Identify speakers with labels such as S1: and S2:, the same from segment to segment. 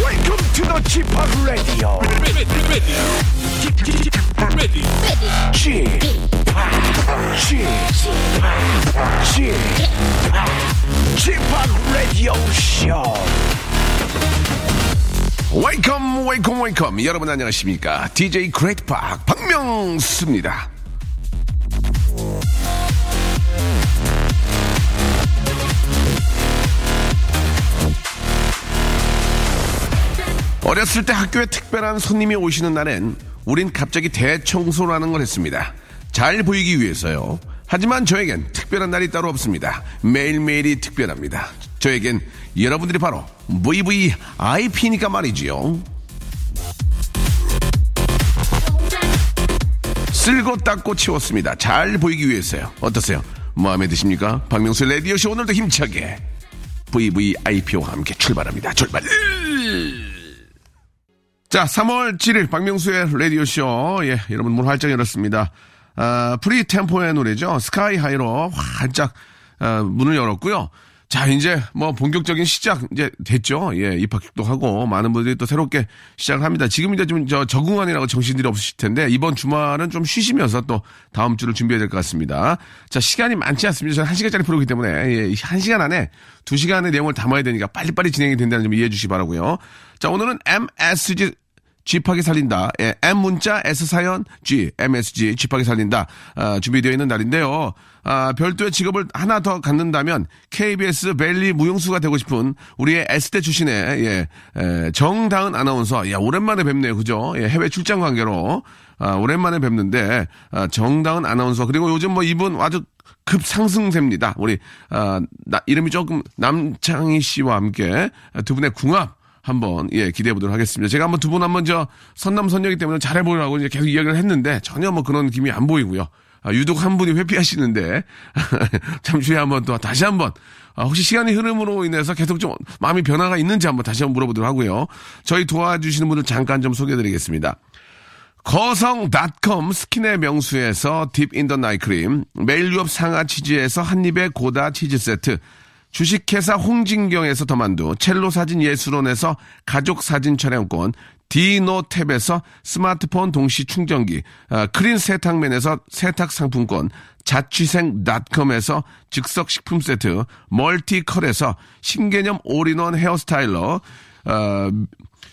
S1: Welcome to the Chip Radio.
S2: ready, ready, ready,
S1: Chip, Chip, Chip, Chip Radio Show.
S3: 웨이컴 웨이컴 웨이컴 여러분 안녕하십니까 DJ 크레이트팍 박명수입니다 어렸을 때 학교에 특별한 손님이 오시는 날엔 우린 갑자기 대청소라는 걸 했습니다 잘 보이기 위해서요 하지만 저에겐 특별한 날이 따로 없습니다 매일매일이 특별합니다 저에겐 여러분들이 바로 VVIP니까 말이지요 쓸고 닦고 치웠습니다. 잘 보이기 위해서요. 어떠세요? 마음에 드십니까? 박명수 레디오쇼 오늘도 힘차게 VVIP와 함께 출발합니다. 출발! 자, 3월 7일 박명수의 라디오쇼. 예, 여러분 문 활짝 열었습니다. 아, 프리 템포의 노래죠. 스카이 하이로 활짝 아, 문을 열었고요. 자, 이제 뭐 본격적인 시작 이제 됐죠. 예, 입학도 하고 많은 분들이 또 새롭게 시작을 합니다. 지금 이제 좀 저 적응하느라고 정신들이 없으실 텐데 이번 주말은 좀 쉬시면서 또 다음 주를 준비해야 될 것 같습니다. 자, 시간이 많지 않습니다. 저는 1시간짜리 프로이기 때문에 예, 1시간 안에 2시간의 내용을 담아야 되니까 빨리빨리 진행이 된다는 점 이해해 주시기 바라고요. 자, 오늘은 MSG 쥐파기 살린다. 예, M 문자, S 사연, G, MSG, 쥐파기 살린다. 아, 준비되어 있는 날인데요. 아, 별도의 직업을 하나 더 갖는다면 KBS 벨리 무용수가 되고 싶은 우리의 S대 출신의 예, 예, 정다은 아나운서. 야, 오랜만에 뵙네요. 그죠? 예, 해외 출장 관계로. 아, 오랜만에 뵙는데 아, 정다은 아나운서 그리고 요즘 뭐 이분 아주 급상승세입니다. 우리 아, 나, 이름이 조금 남창희 씨와 함께 두 분의 궁합 한번 예 기대해 보도록 하겠습니다. 제가 한번 두 분 한번 저 선남 선녀이기 때문에 잘해 보려고 이제 계속 이야기를 했는데 전혀 뭐 그런 기미 안 보이고요. 아, 유독 한 분이 회피하시는데 잠시 후에 한번 또 다시 한번 아, 혹시 시간의 흐름으로 인해서 계속 좀 마음이 변화가 있는지 한번 다시 한번 물어보도록 하고요. 저희 도와주시는 분들 잠깐 좀 소개해드리겠습니다. 거성닷컴 스킨의 명수에서 딥인더 나이크림, 메일유업 상하 치즈에서 한입의 고다 치즈 세트, 주식회사 홍진경에서 더만두, 첼로 사진 예술원에서 가족 사진 촬영권, 디노탭에서 스마트폰 동시 충전기, 아, 크린 세탁면에서 세탁 상품권, 자취생닷컴에서 즉석 식품 세트, 멀티컬에서 신개념 올인원 헤어스타일러, 어,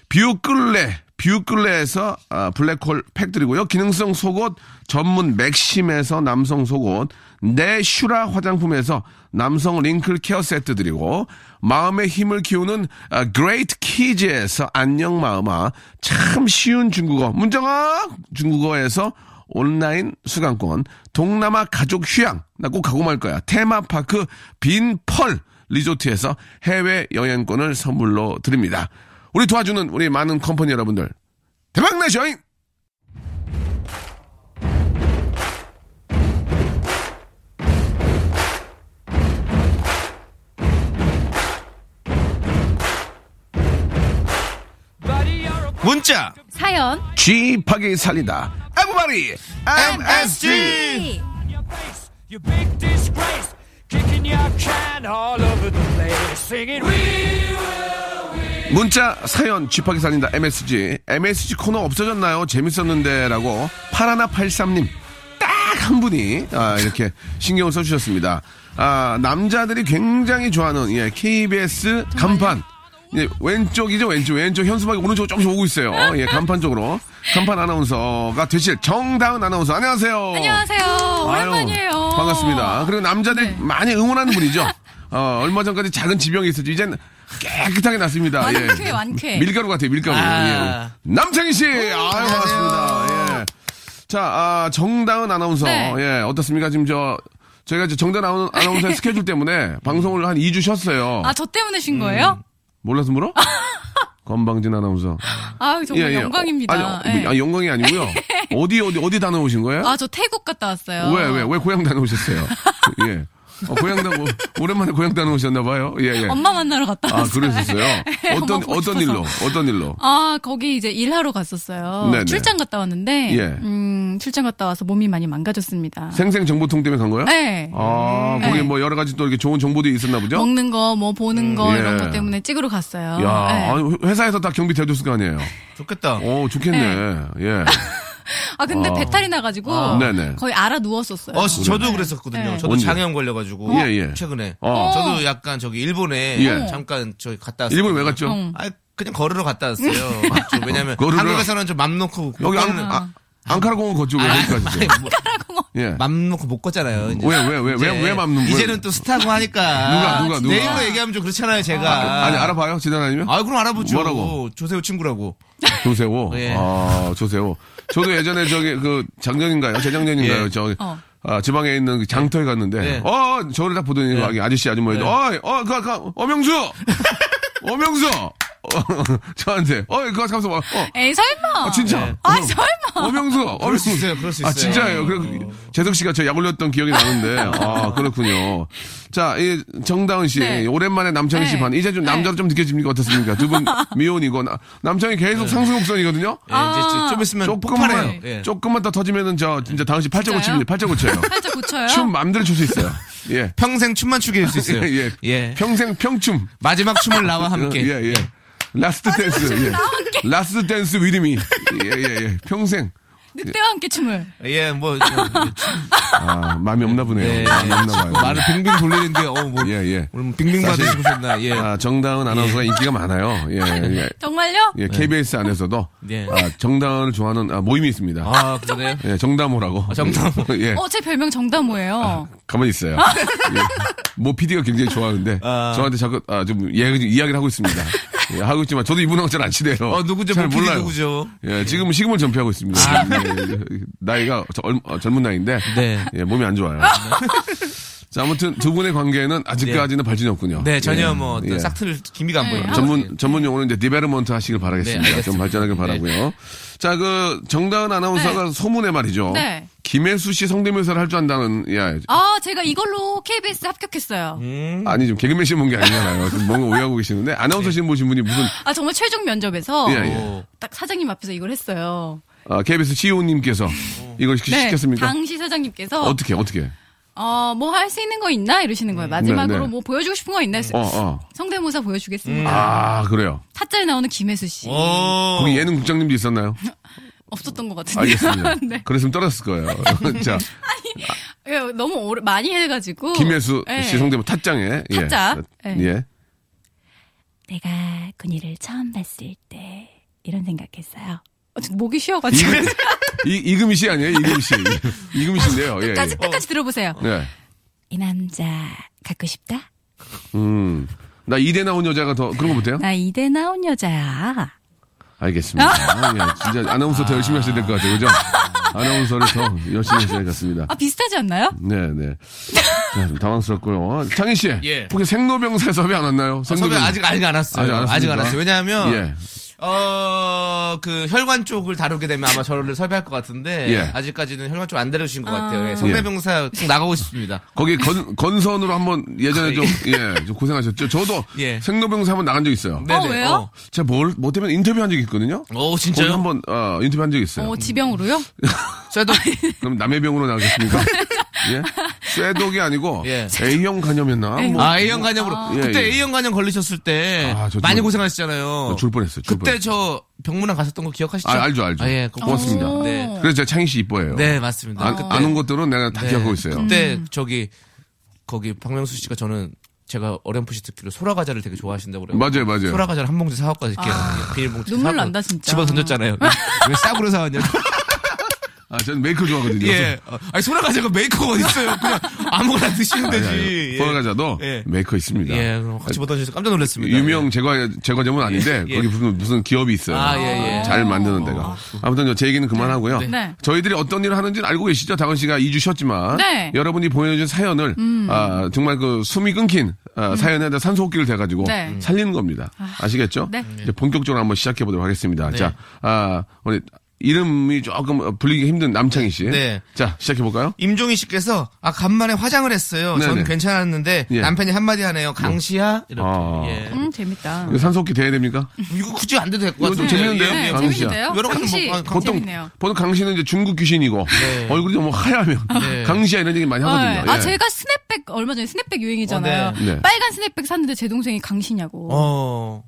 S3: 뷰클레 뷰클레에서 아, 블랙홀 팩 드리고요. 기능성 속옷 전문 맥심에서 남성 속옷, 내 슈라 화장품에서 남성 링클 케어 세트 드리고 마음의 힘을 키우는 아, 그레이트 키즈에서 안녕 마음아 참 쉬운 중국어 문정아 중국어에서 온라인 수강권, 동남아 가족 휴양, 나 꼭 가고 말 거야. 테마파크 빈펄 리조트에서 해외 여행권을 선물로 드립니다. 우리 도와주는 우리 많은 컴퍼니 여러분들, 대박나셔잉!
S4: 문자
S5: 사연
S3: 쥐파기 살리다. 에브바리! MSG!
S2: You big disgrace, kicking your can all over the place, singing we
S3: 문자 사연 쥐파기 살린다 MSG MSG 코너 없어졌나요? 재밌었는데라고 파라나 83님 딱 한 분이 아, 이렇게 신경을 써주셨습니다. 아, 남자들이 굉장히 좋아하는 예, KBS 간판 예, 왼쪽이죠 왼쪽 왼쪽 현수막이 오른쪽 조금씩 오고 있어요. 예, 간판 쪽으로 간판 아나운서가 되실 정다은 아나운서 안녕하세요.
S5: 안녕하세요. 오랜만이에요.
S3: 아유, 반갑습니다. 그리고 남자들
S5: 네.
S3: 많이 응원하는 분이죠. 어, 얼마 전까지 작은 지병이 있었죠. 이젠 깨끗하게 났습니다.
S5: 완쾌,
S3: 예.
S5: 완쾌.
S3: 밀가루 같아요, 밀가루.
S4: 아.
S3: 예. 남창희 씨! 아유, 반갑습니다. 예. 자, 아, 정다은 아나운서.
S5: 네.
S3: 예, 어떻습니까? 지금 저, 저희가 이제 정다은 아나운- 아나운서의 스케줄 때문에 방송을 한 2주 쉬었어요.
S5: 네. 아, 저 때문에
S3: 음.
S5: 쉰 거예요?
S3: 몰라서 물어? 건방진 아나운서. 예,
S5: 아유, 정말 영광입니다.
S3: 아니, 어,
S5: 예.
S3: 아니, 영광이 아니고요. 어디, 어디, 어디 다녀오신 거예요?
S5: 아, 저 태국 갔다 왔어요.
S3: 왜, 왜, 왜 고향 다녀오셨어요? 예. 어, 고향당, 오- 오랜만에 고향당 오셨나봐요. 예, 예.
S5: 엄마 만나러 갔다
S3: 아,
S5: 왔어요. 네,
S3: 그러셨어요?
S5: 엄마
S3: 어떤,
S5: 보고
S3: 어떤
S5: 싶어서.
S3: 일로? 어떤 일로?
S5: 아, 거기 이제 일하러 갔었어요.
S3: 네네.
S5: 출장 갔다 왔는데,
S3: 예.
S5: 음, 출장 갔다 와서 몸이 많이 망가졌습니다.
S3: 생생정보통 때문에 간 거예요?
S5: 네.
S3: 아, 거기
S5: 네.
S3: 뭐 여러 가지 또 이렇게 좋은 정보도 있었나 보죠?
S5: 먹는 거, 뭐 보는 거
S3: 예.
S5: 이런 것 때문에 찍으러 갔어요.
S3: 야,
S5: 네.
S3: 아니, 회사에서 다 경비 대줬을 거 아니에요?
S6: 좋겠다.
S3: 오, 좋겠네. 예.
S5: 아 근데
S3: 아.
S5: 배탈이 나가지고
S3: 네네.
S5: 거의 알아 누웠었어요.
S6: 어, 씨, 저도 그랬었거든요.
S5: 네.
S6: 저도
S3: 언제?
S6: 장염 걸려가지고
S3: 예, 예.
S6: 최근에
S3: 어.
S6: 저도 약간 저기 일본에
S3: 예.
S6: 잠깐 저기 갔다 왔어요.
S3: 일본 왜 갔죠?
S5: 응.
S6: 아, 그냥 걸으러 갔다 왔어요. 좀 왜냐면
S3: 걸으러.
S6: 한국에서는 좀 맘 놓고 못
S3: 여기 안,
S6: 걷는-
S3: 아, 앙카라공원 거치고
S6: 음. 아,
S3: 거기까지.
S6: 아니,
S3: 갔죠?
S6: 뭐,
S3: 예.
S6: 맘 놓고 못 걷잖아요. 이제.
S3: 왜, 왜, 왜, 왜,
S6: 이제-
S3: 왜 맘는 거예요?
S6: 이제는 또 스타고 하니까.
S3: 누가, 누가, 누가?
S6: 네이버 얘기하면 좀 그렇잖아요, 제가.
S3: 아니, 알아봐요? 지단 아니면?
S6: 아, 그럼 알아보죠.
S3: 뭐라고?
S6: 조세호 친구라고.
S3: 조세호.
S6: 예.
S3: 아, 조세호. 저도 예전에 저기 그 작년인가요? 재작년인가요?
S6: 예.
S3: 저기.
S5: 어.
S3: 아, 지방에 있는 그 장터에 갔는데,
S6: 네.
S3: 어, 저를 딱 보더니 거기 아저씨 아주머니,
S6: 네.
S3: 어, 어, 그, 그, 어명수! 어명수! 어, 저한테, 어, 그거 가서 봐. 어,
S5: 에이 설마.
S3: 아, 진짜.
S6: 예.
S5: 아,
S3: 어,
S5: 설마.
S3: 어명수.
S6: 그럴
S3: 어명수.
S6: 수 있어요, 그럴 수
S3: 아
S6: 있어요.
S3: 진짜예요. 그래 재석 씨가 저 약 올렸던 기억이 나는데 아 그렇군요. 자, 이 정다은 씨
S5: 네.
S3: 오랜만에 남창희 씨
S5: 네.
S3: 반. 이제 좀 남자로 좀 느껴집니까 어떻습니까? 두 분 미혼이고 나- 남창희 계속 상승곡선이거든요.
S6: 네. 예, 이제 좀- 좀 있으면 폭발해요.
S3: 조금만
S6: 예.
S3: 조금만 더 터지면은 저 진짜 다은 씨 팔자 고칩니다. 팔자 고쳐요.
S5: 살짝 고쳐요.
S3: 춤 마음대로 출 수 있어요. 예.
S6: 평생 춤만 추게 할 수 있어요.
S3: 예.
S6: 예.
S3: 평생 평춤.
S6: 마지막 춤을 나와 함께.
S3: 예, 예. 라스트 댄스. 예. 라스트 댄스 위드미. 예, 예, 예. 평생.
S5: 늑대와 함께 춤을.
S6: 예, 뭐
S3: 아, 마음이 없나 보네요.
S6: 예.
S3: 마음이 없나 봐요.
S6: 말을 빙빙 돌리는데 어뭐
S3: 예, 예.
S6: 오늘 뭐 빙빙
S3: 사실-
S6: 받으시고 싶나? 예. 네.
S3: 아, 정다은 아나운서가 인기가 많아요. 예, 예.
S5: 정말요?
S3: 예, KBS 안에서도
S6: 예.
S3: 아, 정다은을 좋아하는 아, 모임이 있습니다.
S6: 아, 그러네요.
S3: 예, 정다모라고.
S6: 정다모.
S3: 예,
S5: 어, 제 별명
S3: 아,
S5: 정다모예요.
S3: 가만히 있어요. 예. 모 PD가 굉장히 좋아하는데
S6: 아.
S3: 저한테 자꾸 아, 좀 예, 이야기를 하고 있습니다. 예, 하고 있지만 저도 이분하고 잘 안 친해요.
S6: 어, 누구죠?
S3: 잘
S6: 모 PD
S3: 몰라요.
S6: 누구죠? 아.
S3: 예, 지금 시금을 전폐하고 있습니다. 예, 예. 나이가 저- 얼- 어, 젊은 나이인데
S6: 네.
S3: 예, 몸이 안 좋아요. 자, 아무튼 두 분의 관계는 아직까지는 발전이 없군요.
S6: 네, 전혀
S3: 예,
S6: 뭐 어떤
S3: 예.
S6: 싹틀 기미가 안 보여요.
S3: 전문 전문 용어는 이제 디베르먼트 하시길
S6: 아, 네,
S3: 바라겠습니다.
S6: 알겠습니다.
S3: 좀 발전하길 바라고요. 자, 그 정다은 아나운서가 소문에 말이죠.
S5: 네.
S3: 김혜수 씨 성대묘사를 할 줄 안다는 야
S5: 아, 제가 이걸로 KBS 합격했어요.
S3: 음. 아니 좀 개그맨 씨는 본게 아니잖아요. 좀 뭔가 오해하고 계시는데 아나운서 씨는 보신 분이 무슨
S5: 아, 정말 최종 면접에서
S3: 예, 예.
S6: 오.
S5: 딱 사장님 앞에서 이걸 했어요. 네.
S3: 아, KBS CEO님께서 이걸 시키, 시켰습니까?
S5: 당시 사장님께서
S3: 어떻게 어떻게?
S5: 어, 뭐 할 수 있는 거 있나 이러시는 거예요. 마지막으로
S3: 네, 네.
S5: 뭐 보여주고 싶은 거 있나
S3: 어
S5: 했어요.
S3: 어.
S5: 성대모사 보여주겠습니다.
S3: 아 그래요.
S5: 타짜에 나오는 김혜수 씨.
S3: 어.
S6: 오.
S3: 거기 예능 국장님도 있었나요?
S5: 없었던 것 같은데.
S3: 알겠습니다.
S5: 네.
S3: 그랬으면 떨었을 거예요. 자,
S5: 예, 너무 오래 많이 해가지고.
S3: 김혜수
S5: 예.
S3: 씨 성대모 타짱에 예.
S5: 타짜. 예.
S3: 예.
S7: 내가 군이를 처음 봤을 때 이런 생각했어요.
S5: 어, 지금 목이 쉬어가지고.
S3: 이, 이금희 씨 아니에요? 이금희 씨. 이금희 씨인데요. 예.
S5: 끝까지
S3: 예.
S5: 끝까지 들어보세요.
S3: 네.
S7: 이 남자 갖고 싶다?
S3: 음. 나 이대 나온 여자가 더 그런 거 못해요?
S7: 나 이대 나온 여자야.
S3: 알겠습니다. 예, 진짜 아나운서 더 열심히 하셔야 될 것 같아요. 그죠? 아나운서를 더 열심히 하셔야 될 것 같습니다.
S5: 아 비슷하지 않나요?
S3: 네, 네. 자, 좀 당황스럽고요. 창희 씨.
S6: 예.
S3: 혹시 생로병사에 섭외 안 왔나요?
S6: 선배 아직 아직 안
S3: 아직
S6: 왔어요.
S3: 안 왔습니까?
S6: 아직 안 왔어요. 왜냐하면
S3: 예.
S6: 어, 그 혈관 쪽을 다루게 되면 아마 저를 섭외할 것 같은데
S3: 예.
S6: 아직까지는 혈관 쪽 안 다루신 것 같아요. 예, 성대병사 꼭 나가고 싶습니다.
S3: 거기 건, 건선으로 한번 예전에 좀, 예, 좀 고생하셨죠. 저도
S6: 예. 네.
S3: 생로병사 한번 나간 적 있어요.
S5: 어, 왜요?
S3: 제가 뭘, 뭐 때문에 인터뷰 한 적이 있거든요.
S6: 어. 오,
S3: 거기
S6: 진짜요?
S3: 한번 어, 인터뷰 한 적이 있어요.
S5: 어 지병으로요?
S3: 네.
S6: 저도
S3: 그럼 남의 병으로 나가겠습니까? 예? 쇠독이 아니고
S6: 예.
S3: A형 간염이었나? 뭐
S6: 아, A형 간염으로.
S3: 예,
S6: 그때
S3: 예.
S6: A형 간염 걸리셨을 때
S3: 아, 저
S6: 많이
S3: 줄-
S6: 고생하셨잖아요.
S3: 줄 뻔했어요. 줄
S6: 그때
S3: 뻔했어요.
S6: 저 병문안 갔었던 거 기억하시죠?
S3: 아, 알죠, 알죠.
S6: 아, 예, 그거
S3: 고맙습니다.
S5: 오.
S6: 네.
S3: 그래서 제가 창희 씨 이뻐해요.
S6: 네, 맞습니다.
S3: 안,
S6: 그때-
S3: 안 온 것들은 내가 다
S6: 네,
S3: 기억하고 있어요.
S5: 음.
S6: 그때 저기 거기 박명수 씨가 저는 제가 어렴풋이 듣기로 소라 과자를 되게 좋아하신다고 그래요.
S3: 맞아요, 맞아요.
S6: 소라 과자를 한 봉지 사갖고 이렇게 비닐봉지
S5: 아, 눈물
S6: 사갖고
S5: 난다, 진짜.
S6: 집어 던졌잖아요. 왜 싸구려 사왔냐?
S3: 아, 저는 메이크 좋아하거든요.
S6: 예. 어, 아니 소라 과자가 메이커가 어디 있어요? 그냥 아무거나 드시면 되지. 예.
S3: 포항가자도
S6: 예.
S3: 메이크 있습니다.
S6: 예, 그럼 같이 집어 던져서 깜짝 놀랐습니다.
S3: 유명 제과 제과점은 아닌데
S6: 예.
S3: 거기 무슨 무슨 기업이 있어요.
S6: 아, 예, 예.
S3: 잘 만드는 데가. 아무튼 저제 얘기는 그만하고요.
S5: 네.
S3: 저희들이 어떤 일을 하는지는 알고 계시죠? 다은 씨가 2주 쉬었지만
S5: 네.
S3: 여러분이 보내준 사연을 아, 정말 그 숨이 끊긴 아, 사연에다 산소호흡기를 대가지고
S5: 네.
S3: 살리는 겁니다. 아시겠죠?
S5: 네.
S3: 이제 본격적으로 한번 시작해 보도록 하겠습니다. 자, 아, 우리 이름이 조금 불리기 힘든 남창희 씨.
S6: 네.
S3: 자, 시작해볼까요?
S6: 임종희 씨께서 아 간만에 화장을 했어요.
S3: 네네.
S6: 전 괜찮았는데
S3: 예.
S6: 남편이 한마디 하네요. 강시야 이렇게.
S3: 아.
S6: 예.
S5: 음, 재밌다.
S3: 이거 산소호흡기 돼야 됩니까?
S6: 이거 굳이 안 돼도 될 것 예,
S3: 이거 좀
S6: 같아요.
S3: 재밌는데요?
S5: 네,
S3: 강은 씨야.
S5: 재밌는데요?
S6: 여러 가지
S5: 강시,
S6: 뭐, 아,
S3: 보통,
S5: 재밌네요.
S3: 보통 강 씨는 이제 중국 귀신이고,
S6: 네.
S3: 얼굴이 좀 뭐 하얗면, 강 씨야 이런 얘기 많이 하거든요.
S5: 네. 아,
S3: 예.
S5: 제가 스냅백, 얼마 전에 스냅백 유행이잖아요.
S6: 어,
S3: 네. 네.
S5: 빨간 스냅백 샀는데 제 동생이 강시냐고.
S6: 어.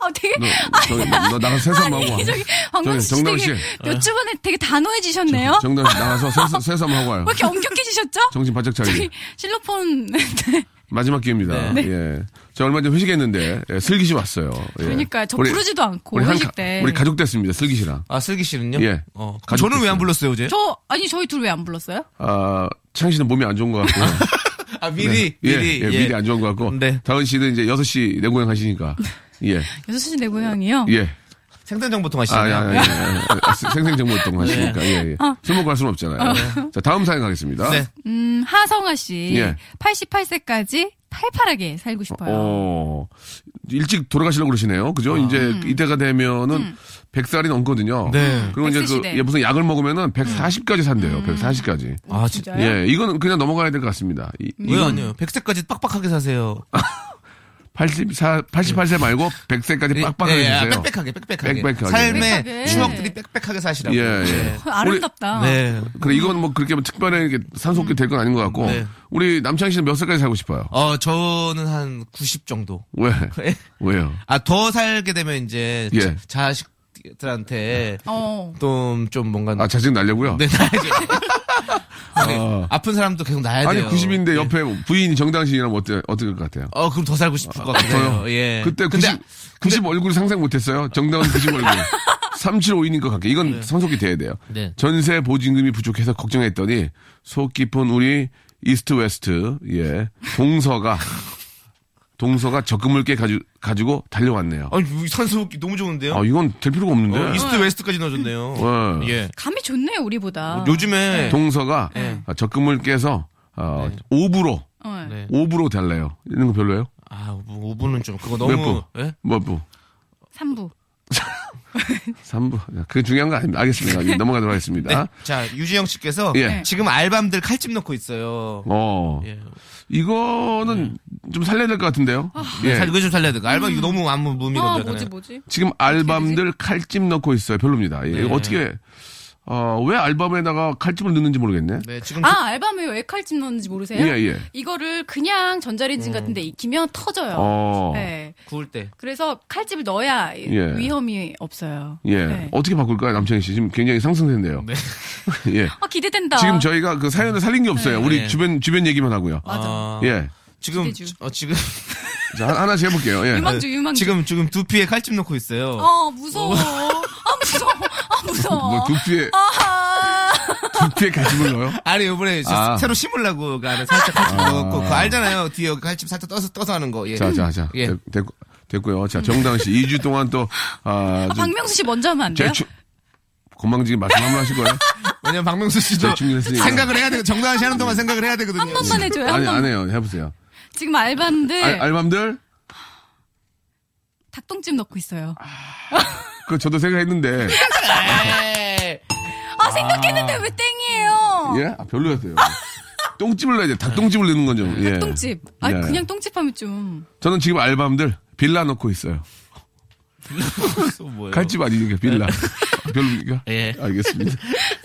S5: 아, 되게.
S3: 너, 저기, 너, 너 나가서 세수하고 와.
S5: 아니, 저기, 황금 씨
S3: 네. 정다은
S5: 되게
S3: 씨.
S5: 몇 주 만에 되게 단호해지셨네요.
S3: 정답 나가서 세수, 세수하고 와요.
S5: 왜 이렇게 엄격해지셨죠?
S3: 정신 바짝 차리게.
S5: 저기, 네. 실로폰. 네.
S3: 네. 마지막 기회입니다.
S6: 네.
S3: 예. 저 얼마 전에 회식했는데, 예, 슬기씨 왔어요. 예.
S5: 그러니까요. 저
S3: 우리-
S5: 부르지도 않고,
S3: 우리 한
S5: 회식
S3: 가-
S5: 때.
S3: 우리 가족 됐습니다. 슬기씨랑.
S4: 아 슬기 씨는요?
S3: 예.
S4: 어.
S3: 가족
S6: 저는 왜
S3: 됐어요.
S6: 안 불렀어요 어제?
S5: 저, 아니, 저희 둘 왜 안 불렀어요?
S3: 아, 창희 씨는 몸이 안 좋은 것 같고.
S6: 아 미리
S3: 예,
S6: 미리
S3: 예, 미리 안 좋은 것 같고.
S6: 네.
S3: 다은 씨는 이제 6시 내 고향 하시니까. 예.
S5: 여섯 시내 고향이요.
S3: 예.
S6: 생산
S3: 아,
S6: 정보
S3: 아,
S6: 통화시네요.
S3: 아, 예, 예. 아, 생생정보활동 하시니까. 예, 예. 술 먹고 할 수는 없잖아요. 자, 다음 사연 가겠습니다.
S6: 네.
S5: 음, 하성아 씨.
S3: 예.
S5: 88세까지 팔팔하게 살고 싶어요.
S3: 어, 일찍 돌아가시려고 그러시네요. 그죠? 이제 이때가 되면은 100살이 넘거든요.
S6: 네.
S3: 그리고 이제
S5: 백세
S3: 그,
S5: 시대.
S3: 예, 무슨 약을 먹으면은 140까지 산대요. 140까지.
S4: 아 진짜.
S5: 진짜요?
S3: 예, 이거는 그냥 넘어가야 될 것 같습니다. 이,
S6: 왜 아니요? 100세까지 빡빡하게 사세요.
S3: 아, 84, 88세 말고 100세까지 빡빡하게
S6: 예, 예,
S3: 해주세요.
S6: 빽빽하게 빽빽하게.
S3: 빽빽하게.
S6: 삶의
S5: 빽빽하게.
S6: 추억들이 빽빽하게 사시라고.
S3: 예, 예. 우리-
S5: 아름답다.
S6: 네.
S3: 그래 이건 뭐 그렇게 뭐 특별하게 이렇게 산소게 될 건 아닌 것 같고
S6: 네.
S3: 우리 남창희 씨는 몇 살까지 살고 싶어요?
S6: 어 저는 한 90 정도.
S3: 왜? 왜요?
S6: 아 더 살게 되면 이제
S3: 예.
S6: 자- 자식들한테
S5: 어.
S6: 좀, 좀 뭔가.
S3: 아 자식 날려고요?
S6: 네, 나야죠. 네, 아픈 사람도 계속 나야
S3: 어. 아니
S6: 돼요. 예.
S3: 90인데 옆에 부인 정당신이라면 어때 어떨 것 같아요?
S6: 어, 그럼 더 살고 싶을 것 같아요.
S3: 저요?
S6: 예.
S3: 그때 90,
S6: 근데
S3: 90 얼굴 상상 못했어요? 정당은 90 얼굴. 375인인 것 같게 이건 선속이 돼야 돼요.
S6: 네.
S3: 전세 보증금이 부족해서 걱정했더니 속 깊은 우리 이스트 웨스트 예 동서가 동서가 적금을 깨 가지, 가지고 달려왔네요.
S6: 아니, 뭐 산소호흡기 너무 좋은데요?
S3: 아 이건 될 필요가 없는데.
S6: 어, 이스트 웨스트까지 넣어줬네요.
S3: 예.
S6: 예.
S5: 감이 좋네요, 우리보다.
S3: 어,
S5: 네.
S6: 요즘에.
S3: 동서가
S6: 예.
S3: 아, 적금을 깨서 어, 5부로
S5: 어.
S6: 네.
S3: 5부로 달래요. 이런 거 별로예요? 뭐,
S6: 아, 뭐, 5분은 좀, 그거
S3: 몇
S6: 너무.
S3: 부?
S6: 예?
S3: 몇 부?
S5: 삼부.
S3: 3부. 그게 중요한 거 아닙니다. 알겠습니다. 이제 넘어가도록
S6: 네.
S3: 하겠습니다.
S6: 자, 유지영 씨께서.
S5: 네.
S3: 예.
S6: 지금 알밤들 칼집 넣고 있어요.
S3: 어.
S6: 예.
S3: 이거는 좀 살려야 될 것 같은데요. 예.
S6: 네. 아, 살, 이거 좀 살려야 돼. 알밤 이거 너무 아무
S5: 아,
S6: 무미건조잖아요.
S5: 음.
S6: 네.
S5: 뭐지, 뭐지?
S3: 지금 알밤들 칼집 넣고 있어요. 별로입니다. 예. 이거 어떻게 어, 왜 알밤에다가 칼집을 넣는지 모르겠네.
S6: 네, 지금.
S5: 아, 알밤에 왜 칼집 넣는지 모르세요?
S3: 예, 예.
S5: 이거를 그냥 전자레인지 같은 데 익히면 터져요.
S3: 어.
S5: 네.
S6: 구울 때.
S5: 그래서 칼집을 넣어야 이-
S3: 예.
S5: 위험이 없어요.
S3: 예.
S5: 네.
S3: 어떻게 바꿀까요, 남창희 씨? 지금 굉장히 상승세인데요.
S6: 네.
S3: 예.
S5: 아, 기대된다.
S3: 지금 저희가 그 사연을 살린 게 없어요. 우리
S6: 네.
S3: 주변 주변 얘기만 하고요.
S6: 아,
S3: 예.
S6: 지금,
S5: 기대주.
S6: 어, 지금. 그
S3: 자, 하- 하나씩 해볼게요. 예.
S5: 유망주, 유망주.
S6: 지금, 지금 두피에 칼집 넣고 있어요.
S5: 아, 무서워. 아, 무서워. 아, 무서워.
S3: 뭐 두피에
S5: 아,
S3: 두피에 가슴을 넣어요?
S6: 아니 요번에 진짜
S3: 아.
S6: 새로 심으려고 그 안에 살짝 칼집 넣었고 그거 알잖아요 뒤에 여기 칼집 살짝 떠서 떠서 하는 거 예.
S3: 자, 자, 자.
S6: 예.
S3: 됐- 됐, 됐고요. 자, 정당 씨 2주 동안 또 아,
S5: 아,
S3: 좀
S5: 박명수 씨 먼저 하면 안 돼요?
S3: 재충 건망지게 말씀 한번 하실 거예요?
S6: 왜냐면 박명수 씨도
S3: 대충 했으니까.
S6: 생각을 해야 되고 정당한 씨 하는 동안 생각을 해야 되거든요
S5: 한 번만 해줘요, 네. 한
S3: 아니, 안
S5: 번만.
S3: 해요. 해 보세요.
S5: 지금 알바인데
S3: 알, 알밤들?
S5: 닭똥집 넣고 있어요.
S3: 아. 그 저도 생각했는데.
S6: 에이.
S5: 아, 생각했는데 왜 땡이에요?
S3: 예? 아, 별로였어요. 똥집을 넣어야 돼. 닭똥집을 넣는 건 좀. 예.
S5: 똥집. 아,
S3: 예.
S5: 그냥 똥집 하면 좀.
S3: 저는 지금 알밤들 빌라 넣고 있어요.
S6: 뭐예요?
S3: 칼집 아니니까 빌라. 별로입니까?
S6: 예.
S3: 알겠습니다.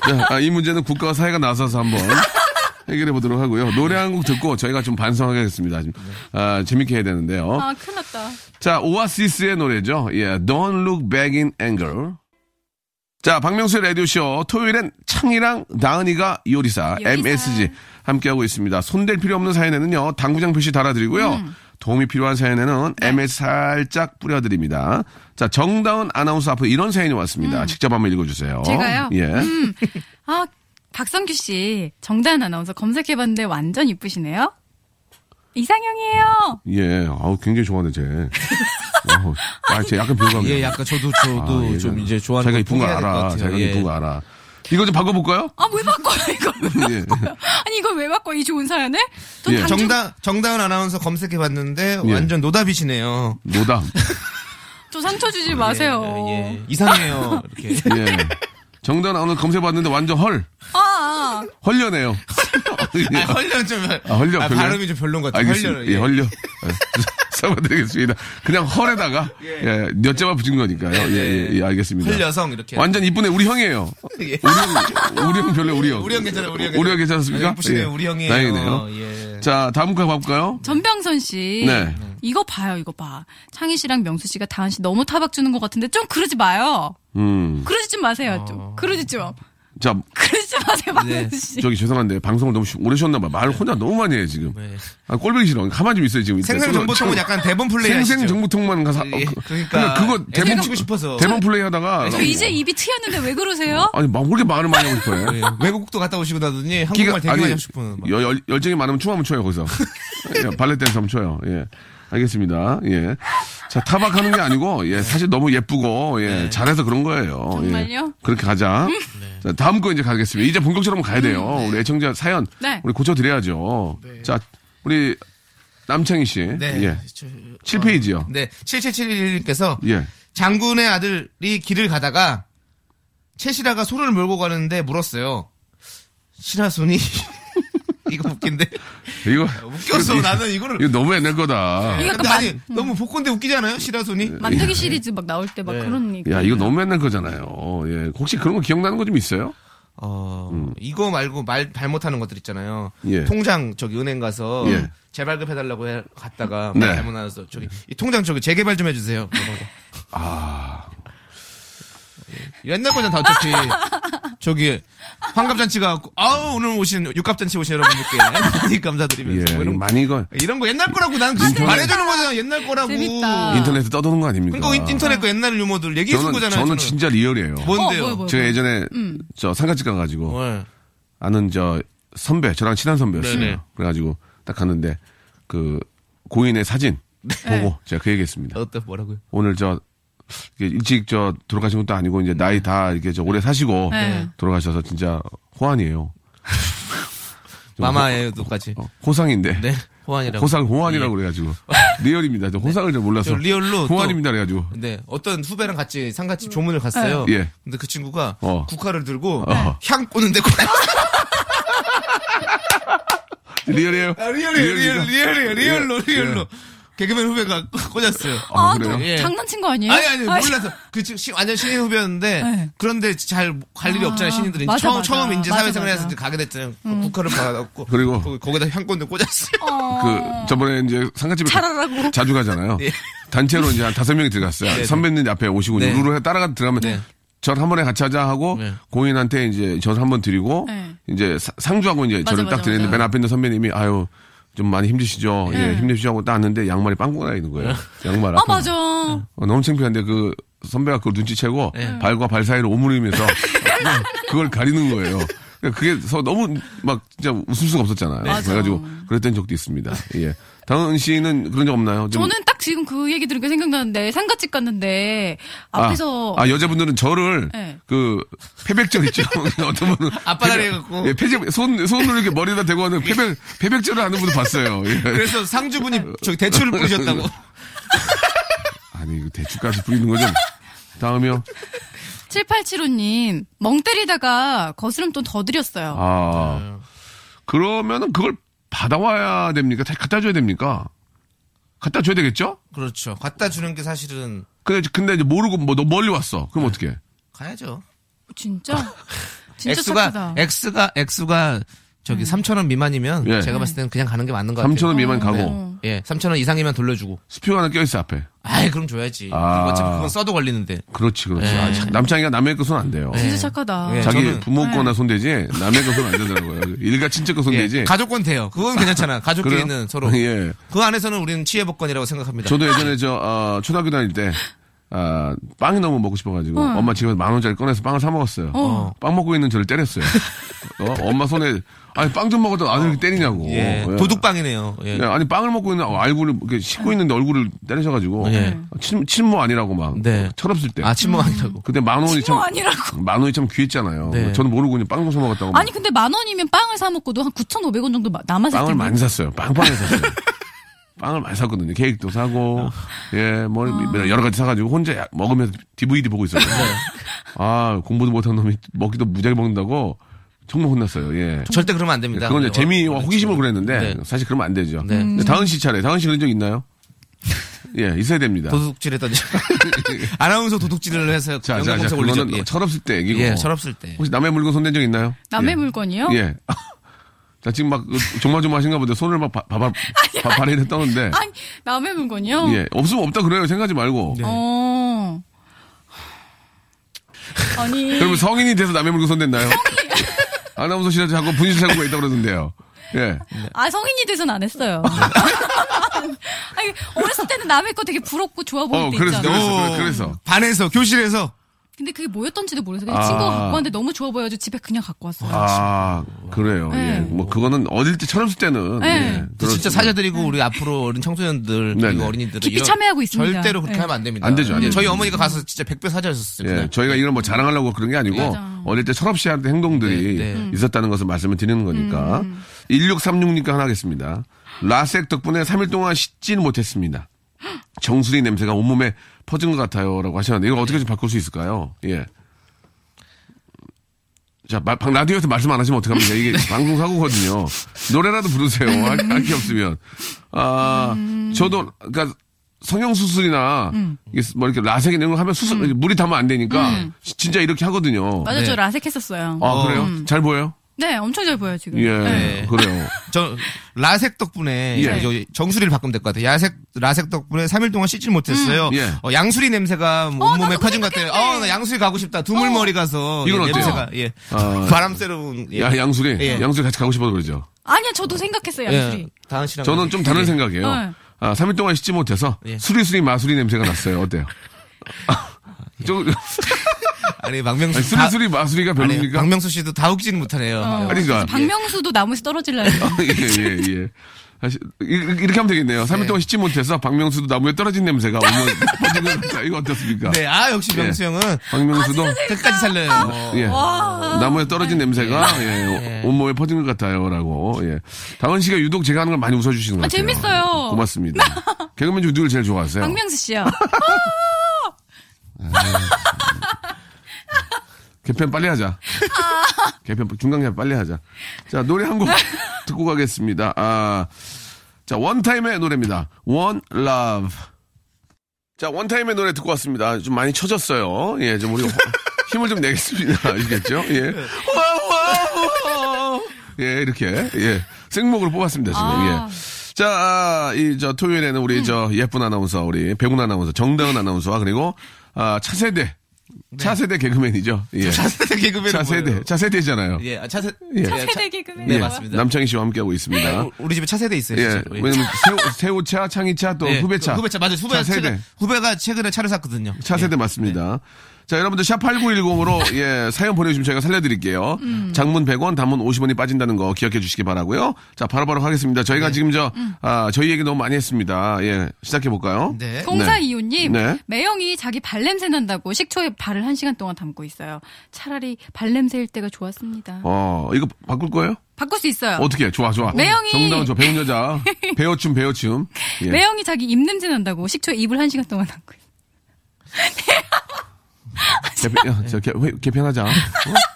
S3: 자, 아, 이 문제는 국가와 사회가 나서서 한번 해결해 보도록 하고요. 노래 한 곡 듣고 저희가 좀 반성하겠습니다. 좀, 아, 재밌게 해야 되는데요.
S5: 아, 큰일 났다.
S3: 자, 오아시스의 노래죠. 예, Don't Look Back in Anger. 자, 박명수의 라디오쇼. 토요일엔 창이랑 나은이가 요리사,
S5: 요리사.
S3: MSG 함께하고 있습니다. 손댈 필요 없는 사연에는요, 당구장 표시 달아드리고요. 도움이 필요한 사연에는 MS 살짝 뿌려드립니다. 자, 정다은 아나운서 앞으로 이런 사연이 왔습니다. 직접 한번 읽어주세요.
S5: 제가요?
S3: 예.
S5: 아, 박성규 씨, 정단 아나운서 검색해봤는데 완전 이쁘시네요? 이상형이에요!
S3: 예. 아우, 굉장히 좋아하네, 쟤. 어우, 아, 쟤 약간 비호감이
S6: 예 약간 저도 저도
S3: 아, 예,
S6: 좀 이제 좋아하는
S3: 자기가 이쁜 거
S6: 포기해야 될것
S3: 알아.
S6: 같아요.
S3: 자기가
S6: 예.
S3: 이쁜 거 알아. 이거 좀 바꿔볼까요?
S5: 아, 왜 바꿔요, 이걸? 왜
S3: 예.
S5: 바꿔요? 아니, 이걸 왜 바꿔, 이 좋은 사연을? 전
S3: 예.
S5: 당중,
S6: 정당 정다은 아나운서 검색해봤는데
S3: 예.
S6: 완전 노답이시네요
S3: 노담.
S5: 저 상처 주지 마세요.
S4: 예.
S6: 이상해요. 이렇게.
S3: 예. 정단 오늘 검색해봤는데 완전 헐.
S5: 아, 아.
S3: 헐려네요. 예.
S6: 아, 헐려 좀.
S3: 아, 헐려,
S6: 아,
S3: 별로야?
S6: 발음이 좀 별론 것 같아요.
S3: 알겠습니다.
S6: 헐려.
S3: 예, 헐려. 사과드리겠습니다. 그냥 헐에다가 예, 녀자만 붙인 거니까요. 예, 예, 예, 알겠습니다.
S6: 헐려성 이렇게.
S3: 완전 이쁜애 우리 형이에요.
S6: 예.
S3: 우리 형, 우리 형 별로 우리 형.
S6: 어, 우리 형 괜찮아요, 우리 형
S3: 우리 형
S6: 괜찮아요.
S3: 괜찮습니까? 예.
S6: 아, 이쁘시네요, 우리 형이에요.
S3: 다행이네요.
S6: 예.
S3: 자, 다음 거 가볼까요?
S5: 전병선 씨.
S3: 네.
S5: 이거 봐요, 이거 봐. 창희 씨랑 명수 씨가 다은 씨 너무 타박 주는 것 같은데 좀 그러지 마요.
S3: 음.
S5: 그러지 좀 마세요, 좀. 그러지 좀.
S3: 자,
S5: 그러지 좀 마세요, 박명수 씨.
S3: 저기 죄송한데 방송을 너무 쉬- 오래 쉬었나봐. 말 혼자 너무 많이 해 지금. 아, 꼴보기 싫어. 가만 좀 있어요 지금.
S6: 생생정보통은 약간 대본 플레이 하시죠.
S3: 네, 생생정보통만 가서.
S6: 예,
S3: 그냥
S6: 그러니까
S3: 그거 대본
S6: 애들 치고 싶어서. 예.
S3: 대본 플레이 하다가.
S5: 저 이제 입이 트였는데 왜 그러세요?
S3: 네. 아니 막왜 이렇게 말을 많이 하고 싶어요?
S6: 예, 외국도 갔다 오시고 나더니 한국말 되게 많이 하고 싶은. 막.
S3: 열, 열정이 많으면 춤 한번 춰요 거기서 예, 발레 댄스 한번 춰요 예 알겠습니다 예자 타박하는 게 아니고 예 사실 너무 예쁘고 예
S6: 네.
S3: 잘해서 그런 거예요 예,
S5: 정말요? 네.
S3: 그렇게 가자 자 다음 거 이제 가겠습니다 이제 본격적으로 한번 가야 돼요 우리 애청자 사연
S5: 음, 네.
S3: 우리 고쳐드려야죠 자 우리 남창희 씨예
S6: 네. 저-
S3: 7페이지요
S6: 네. 7771님께서
S3: 예
S6: 장군의 아들이 길을 가다가 채시라가 소를 몰고 가는데 물었어요. 시라손이 이거 웃긴데
S3: 이거
S6: 웃겼어
S3: 이거-
S6: 나는 이거를
S3: 이거 음. 너무 옛날 거다
S5: 이거
S6: 근데
S5: 약간
S6: 아니 너무 복건데 웃기지 않아요
S3: 네.
S6: 시라손이?
S5: 만두기 시리즈 막 나올 때 막 그런 얘기. 어,
S3: 야 이거 너무 옛날 거잖아요 예 혹시 그런 거 기억나는 거 좀 있어요
S6: 어 이거 말고 말 잘못하는 것들 있잖아요.
S3: 예.
S6: 통장 저기 은행 가서
S3: 예.
S6: 재발급해달라고 해- 갔다가
S3: 네.
S6: 말 잘못 나와서 저기 이 통장 저기 재개발 좀 해주세요. 아 옛날 거잖아 어차피 저기 환갑잔치가 아우 오늘 오신 육갑잔치 오신 여러분들께 많이 감사드리면서
S3: 예,
S6: 뭐 이런,
S3: 많이 이거
S6: 이런 거 옛날 거라고 난 그냥 말해주는 거잖아 옛날 거라고
S5: 재밌다.
S3: 인터넷에 떠도는 거 아닙니까?
S6: 그러니까 인- 인터넷 거 옛날 유머들 얘기해 준
S3: 저는,
S6: 거잖아요
S3: 저는 진짜 리얼이에요.
S6: 뭔데요?
S5: 어, 뭐야, 뭐야.
S3: 제가 예전에 저 상가집 가가지고
S6: 뭐-
S3: 아는 저 선배, 저랑 친한 선배였어요.
S6: 네네.
S3: 그래가지고 딱 갔는데 그 고인의 사진
S6: 네.
S3: 보고 제가 그 얘기했습니다.
S6: 어때 뭐라고요?
S3: 오늘 저 이렇게 일찍 저 돌아가신 것도 아니고 이제 나이 다 이렇게 저 오래 사시고
S5: 네.
S3: 돌아가셔서 진짜 호환이에요.
S6: 마마에도까지
S3: 어, 호상인데.
S6: 네, 호환이라고.
S3: 호상 호환이라고 그래가지고 리얼입니다. 저 호상을 잘 몰라서
S6: 저 리얼로 또-
S3: 호환입니다 그래가지고
S6: 네, 어떤 후배랑 같이 상가집 조문을 갔어요.
S3: 예.
S6: 근데 그 친구가
S3: 어.
S6: 국화를 들고
S3: 어. 아,
S6: 향 꽂는데 꽂-
S3: 리얼이에요.
S6: 아, 리얼이에요, 리얼,
S3: 리얼이죠?
S6: 리얼이에요, 리얼로,
S3: 예.
S6: 리얼로. 개그맨 후배가 꽂았어요.
S3: 아,
S5: 아, 또
S3: 그래요?
S6: 예.
S5: 장난친 거 아니에요?
S6: 아니, 아니,
S5: 아이씨.
S6: 몰라서. 그, 친- 시- 완전 신인 후배였는데,
S5: 네.
S6: 그런데 잘 갈 일이
S5: 아,
S6: 없잖아요, 신인들은.
S5: 맞아,
S6: 처음,
S5: 맞아.
S6: 처음 이제
S5: 맞아,
S6: 사회생활 해서
S5: 맞아.
S6: 이제 가게 됐잖아요. 그 국화를 받아갖고.
S3: 그리고-
S6: 거기- 거기다 향 꽂는데 꽂았어요.
S5: 어.
S3: 그 저번에 이제 상가집에 가-
S5: 잘하라고.
S3: 자주 가잖아요. 단체로 이제 한 다섯 명이 들어갔어요. 선배님 앞에 오시고
S6: 예. 네.
S3: 우르르 따라가 들어가면
S6: 네.
S3: 전 한 번에 같이 하자 하고
S6: 네.
S3: 공인한테 이제 전 한 번 드리고
S5: 네.
S3: 이제 사- 상주하고 이제
S5: 맞아,
S3: 저를
S5: 맞아,
S3: 딱 드리는데
S5: 맞아.
S3: 맨 앞에 있는 선배님이 아유 좀 많이 힘드시죠. 예, 힘드시죠 하고 딱 왔는데 양말이 빵꾸가 나 있는 거예요.
S6: 네.
S3: 양말
S5: 아,
S3: 앞에.
S5: 맞아.
S3: 어, 너무 창피한데 그 선배가 그걸 눈치채고
S6: 네.
S3: 발과 발 사이를 오므리면서 그걸- 그걸 가리는 거예요. 그러니까 그게 서 너무 막 진짜 웃을 수가 없었잖아요.
S5: 맞아.
S3: 그래가지고 그랬던 적도 있습니다. 예. 당은 씨는 그런 적 없나요? 좀-
S5: 저는 딱 지금 그 얘기 들으니까 생각나는데 상가집 갔는데
S3: 아,
S5: 앞에서
S3: 아, 여자분들은 저를
S5: 네.
S3: 그 폐백절 있죠. 어떤 분은
S6: 앞바다리
S3: 폐백-
S6: 해갖고. 예.
S3: 예, 폐지 손 손으로 이렇게 머리에다 대고 하는 폐백 폐백절을 하는 분도 봤어요. 예.
S6: 그래서 상주분이 저기 대추를 뿌리셨다고.
S3: 아니 이거 대추까지 부리는 거죠. 다음이요.
S5: 7875님, 멍 때리다가 거스름돈 더 드렸어요.
S3: 아. 그러면은 그걸 받아와야 됩니까? 다 갖다 줘야 됩니까? 갖다 줘야 되겠죠?
S6: 그렇죠. 갖다 주는 게 사실은
S3: 근데, 근데 이제 모르고 뭐 너 멀리 왔어. 그럼
S6: 네.
S3: 어떻게?
S6: 가야죠.
S5: 진짜? 진짜
S6: X가
S5: 착하다. 네.
S6: X가 X가 저기 3천 원 미만이면
S3: 예.
S6: 제가 봤을 때는 그냥 가는 게 맞는 것 같아요.
S3: 3천 원 미만 가고
S5: 어.
S6: 예, 3천 원 이상이면 돌려주고.
S3: 수표 하나 껴있어 앞에.
S6: 아이 그럼 줘야지.
S3: 아.
S6: 그거 어차피 그건 써도 걸리는데.
S3: 그렇지, 그렇지. 아, 참, 남창이가 남의 거 손 안 돼요.
S5: 진짜 착하다.
S6: 예.
S3: 자기
S6: 네. 저는-
S3: 부모 거나 손대지 남의 거 손 안 되더라고요. 일가 친척 거
S6: 예,
S3: 손대지.
S6: 가족권 돼요. 그건 괜찮잖아.
S3: 그래요?
S6: 가족끼리는 서로.
S3: 예.
S6: 그 안에서는 우리는 치해복권이라고 생각합니다.
S3: 저도 예전에 저 어, 초등학교 다닐 때 아, 빵이 너무 먹고 싶어가지고 엄마 집에서 만 원짜리 꺼내서 빵을 사 먹었어요. 빵 먹고 있는 저를 때렸어요. 어? 엄마 손에 아니 빵 좀 먹었다 아들 이렇게 때리냐고.
S6: 예,
S3: 예.
S6: 도둑방이네요. 예.
S3: 예, 아니 빵을 먹고 있는 얼굴을 이렇게 씻고 있는데 얼굴을 때리셔가지고
S6: 예.
S3: 친, 친모 아니라고 막
S6: 네.
S3: 철없을 때.
S6: 아 친모 아니라고.
S3: 그때 만 원이 참
S5: 친모 아니라고.
S3: 만 원이 참 귀했잖아요.
S6: 네.
S3: 저는 모르고 그냥 빵 먹어 먹었다고.
S5: 아니, 근데 만 원이면 빵을 사먹고도 한 9,500원 정도 마- 남아서
S3: 빵을
S5: 텐데.
S3: 많이 샀어요. 빵빵해 샀어요. 빵을 많이 샀거든요. 케이크도 사고, 예, 뭐,
S4: 아.
S3: 여러 가지 사가지고 혼자 야- 먹으면서 DVD 보고
S4: 네.
S3: 있었는데, 아, 공부도 못한 놈이 먹기도 무지하게 먹는다고 정말 혼났어요, 예.
S4: 절대 그러면 안 됩니다.
S3: 그건 이제
S6: 어,
S3: 재미와 호기심으로 그랬는데,
S4: 네.
S3: 사실 그러면 안 되죠.
S4: 네.
S3: 근데 다은 씨 차례, 다은 씨 그런 적 있나요? 예, 있어야 됩니다.
S4: 도둑질 했던지.
S6: 아나운서 도둑질을 해서
S3: 자,
S6: 연관
S3: 자, 자,
S6: 검색 올리죠.
S3: 그거는
S6: 예.
S3: 철없을 때 얘기고.
S4: 예, 철없을 때.
S3: 혹시 남의 물건 손댄 적 있나요?
S5: 남의
S3: 예.
S5: 물건이요?
S3: 예. 자, 지금 막, 그 조마조마하신가 보다. 손을 막, 바, 바, 바, 바, 발에 떠는데.
S5: 아니, 남의 물건이요?
S3: 예. 없으면 없다 그래요. 생각하지 말고.
S5: 예. 네. 어. 아니.
S3: 그러면 성인이 돼서 남의 물건 손댔나요? 아나운서실에 자꾸 분실 사고가 있다고 그러던데요. 예.
S5: 아 성인이 돼선 안 했어요. 아니 어렸을 때는 남의 거 되게 부럽고 좋아 보일
S3: 네. 어,
S5: 때
S3: 그래서,
S5: 있잖아.
S3: 그래서,
S6: 오,
S3: 그래- 그래서.
S6: 반에서 교실에서
S5: 근데 그게 뭐였던지도 모르겠어. 그냥
S3: 아.
S5: 친구가 갖고 왔는데 너무 좋아 보여가지고 집에 그냥 갖고 왔어요.
S3: 아, 그래요.
S5: 네.
S3: 예. 뭐, 그거는 어릴 때, 철없을 때는.
S5: 네.
S3: 예.
S4: 저 진짜
S3: 그렇습니다.
S4: 사죄드리고 우리 앞으로 어린 청소년들
S3: 네,
S4: 그리고
S3: 네.
S4: 어린이들
S5: 깊이 참여하고 있습니다.
S4: 절대로 그렇게
S5: 네.
S4: 하면 안 됩니다.
S3: 안 되죠, 안
S4: 예,
S3: 되죠.
S4: 저희 어머니가 가서 진짜 100배 사죄하셨어요.
S3: 예,
S4: 그날.
S3: 저희가
S6: 네,
S3: 이런 뭐 자랑하려고 그런 게 아니고
S5: 맞아.
S3: 어릴 때 철없이 하는 행동들이
S4: 네, 네.
S3: 있었다는 것을 말씀을 드리는 거니까 1636니까 하나 하겠습니다. 라섹 덕분에 3일 동안 씻지는 못했습니다. 정수리 냄새가 온몸에 퍼진 것 같아요라고 하셨는데 이걸 어떻게 좀 바꿀 수 있을까요? 예. 자, 마- 방- 라디오에서 말씀 안 하시면 어떡합니까?
S6: 네.
S3: 이게 방송 사고거든요. 노래라도 부르세요. 할 게 없으면. 아,
S6: 음.
S3: 저도, 그니까, 성형수술이나, 이게 뭐 이렇게 라섹 이런 거 하면 수술,
S6: 음.
S3: 이렇게 물이 닿으면 안 되니까, 시- 진짜 이렇게 하거든요.
S5: 맞아,
S4: 네.
S5: 저 라섹했었어요.
S3: 아, 그래요?
S6: 음.
S3: 잘 보여요?
S5: 네, 엄청 잘 보여 지금.
S3: 예,
S5: 네.
S3: 그래요.
S6: 저 라섹 덕분에
S3: 예.
S6: 이제 정수리를 바꾸면 될 것 같아요. 야색 라섹 덕분에 3일 동안 씻질 못했어요.
S3: 예.
S6: 어, 양수리 냄새가 뭐
S5: 어,
S6: 온몸에
S5: 나도 그
S6: 퍼진 것 같아요.
S5: 생각했는데.
S6: 어, 나 양수리 가고 싶다. 두물머리 가서
S3: 이건
S6: 예,
S3: 어때요?
S6: 냄새가 예.
S3: 아.
S6: 바람 쐬러운 예.
S3: 야, 양수리.
S6: 예.
S3: 양수리 같이 가고 싶어서 그러죠.
S5: 아니야, 저도 생각했어요. 양수리.
S6: 예. 다은 씨랑
S3: 저는 좀 다른 생각이에요.
S5: 네.
S3: 아, 3일 동안 씻지 못해서,
S6: 예.
S3: 수리수리 마수리 냄새가 났어요. 어때요? 아, 좀,
S6: 아니 박명수
S3: 아니,
S6: 다-
S3: 수리수리 마수리가
S6: 예. 아니,
S3: 별로입니까?
S6: 박명수 씨도 다욱지는 못하네요.
S5: 어,
S3: 아니, 그러니까.
S5: 박명수도 나무에서 떨어질라는.
S3: 예, 예, 예. 사실 이렇게 이렇게 하면 되겠네요. 3일 동안 씻지 못해서 박명수도 나무에 떨어진 냄새가 오면 빠진 것 같아요. 이거 어떻습니까?
S6: 네, 아 역시 명수
S3: 예.
S6: 형은
S3: 박명수도
S5: 아,
S6: 끝까지 살려요. 뭐.
S3: 예. 나무에 떨어진
S5: 네.
S3: 냄새가 예, 온몸에 퍼진 것 같아요라고. 예. 다은 씨가 유독 제가 하는 걸 많이 웃어주시는 것
S5: 아,
S3: 같아요.
S5: 재밌어요.
S3: 고맙습니다. 개그맨 중 누굴 제일 좋아하세요?
S5: 박명수 씨요.
S3: 개편 빨리 하자. 개편 중간 개편 빨리 하자. 자 노래 한 곡 듣고 가겠습니다. 아, 자 원타임의 노래입니다. One Love. 자 원타임의 노래 듣고 왔습니다. 좀 많이 쳐졌어요. 예, 좀 우리 가 힘을 좀 내겠습니다. 알겠죠? 예. 와와와. 예, 이렇게 예 생목으로 뽑았습니다 지금.
S5: 아.
S3: 예. 자, 아, 이, 저, 토요일에는 우리, 저, 예쁜 아나운서, 우리, 배운 아나운서, 정다은 아나운서와, 그리고, 아, 차세대. 차세대 개그맨이죠. 예.
S6: 차세대 개그맨
S3: 차세대, 차세대잖아요.
S6: 예, 아, 차세
S3: 예.
S5: 세대 개그맨.
S6: 네,
S3: 예,
S6: 맞습니다. 네,
S3: 남창희 씨와 함께하고 있습니다.
S6: 우- 우리 집에 차세대 있어요.
S3: 예,
S6: 진짜로. 예.
S3: 왜냐면 세우, 차 창희차, 또
S6: 예,
S3: 후배차.
S6: 그 후배차 맞아요. 후배가 예. 네.
S3: 차세대.
S6: 최근, 후배가 최근에 차를 샀거든요.
S3: 차세대 맞습니다. 자, 여러분들 샵8910으로 예, 사연 보내주시면 저희가 살려드릴게요.
S6: 음.
S3: 장문 100원, 단문 50원이 빠진다는 거 기억해 주시기 바라고요 자, 바로바로 하겠습니다. 저희가
S6: 네.
S3: 지금 저, 아, 저희 얘기 너무 많이 했습니다. 예, 시작해볼까요?
S6: 음. 네.
S5: 공사 이호님
S3: 네.
S5: 매형이 자기 발냄새 난다고 식초에 발을 한 시간 동안 담고 있어요. 차라리 발냄새일 때가 좋았습니다.
S3: 어, 이거 바꿀 거예요?
S5: 바꿀 수 있어요.
S3: 어떻게? 해? 좋아, 좋아.
S5: 매형이-
S3: 정다운 저 배운 여자. 배어춤, 배어춤. 예.
S5: 매형이 자기 입 냄새 난다고 식초에 입을 한 시간 동안 담고 있어요.
S3: 개편, 야, 저 개, 회- 개편하자. 어?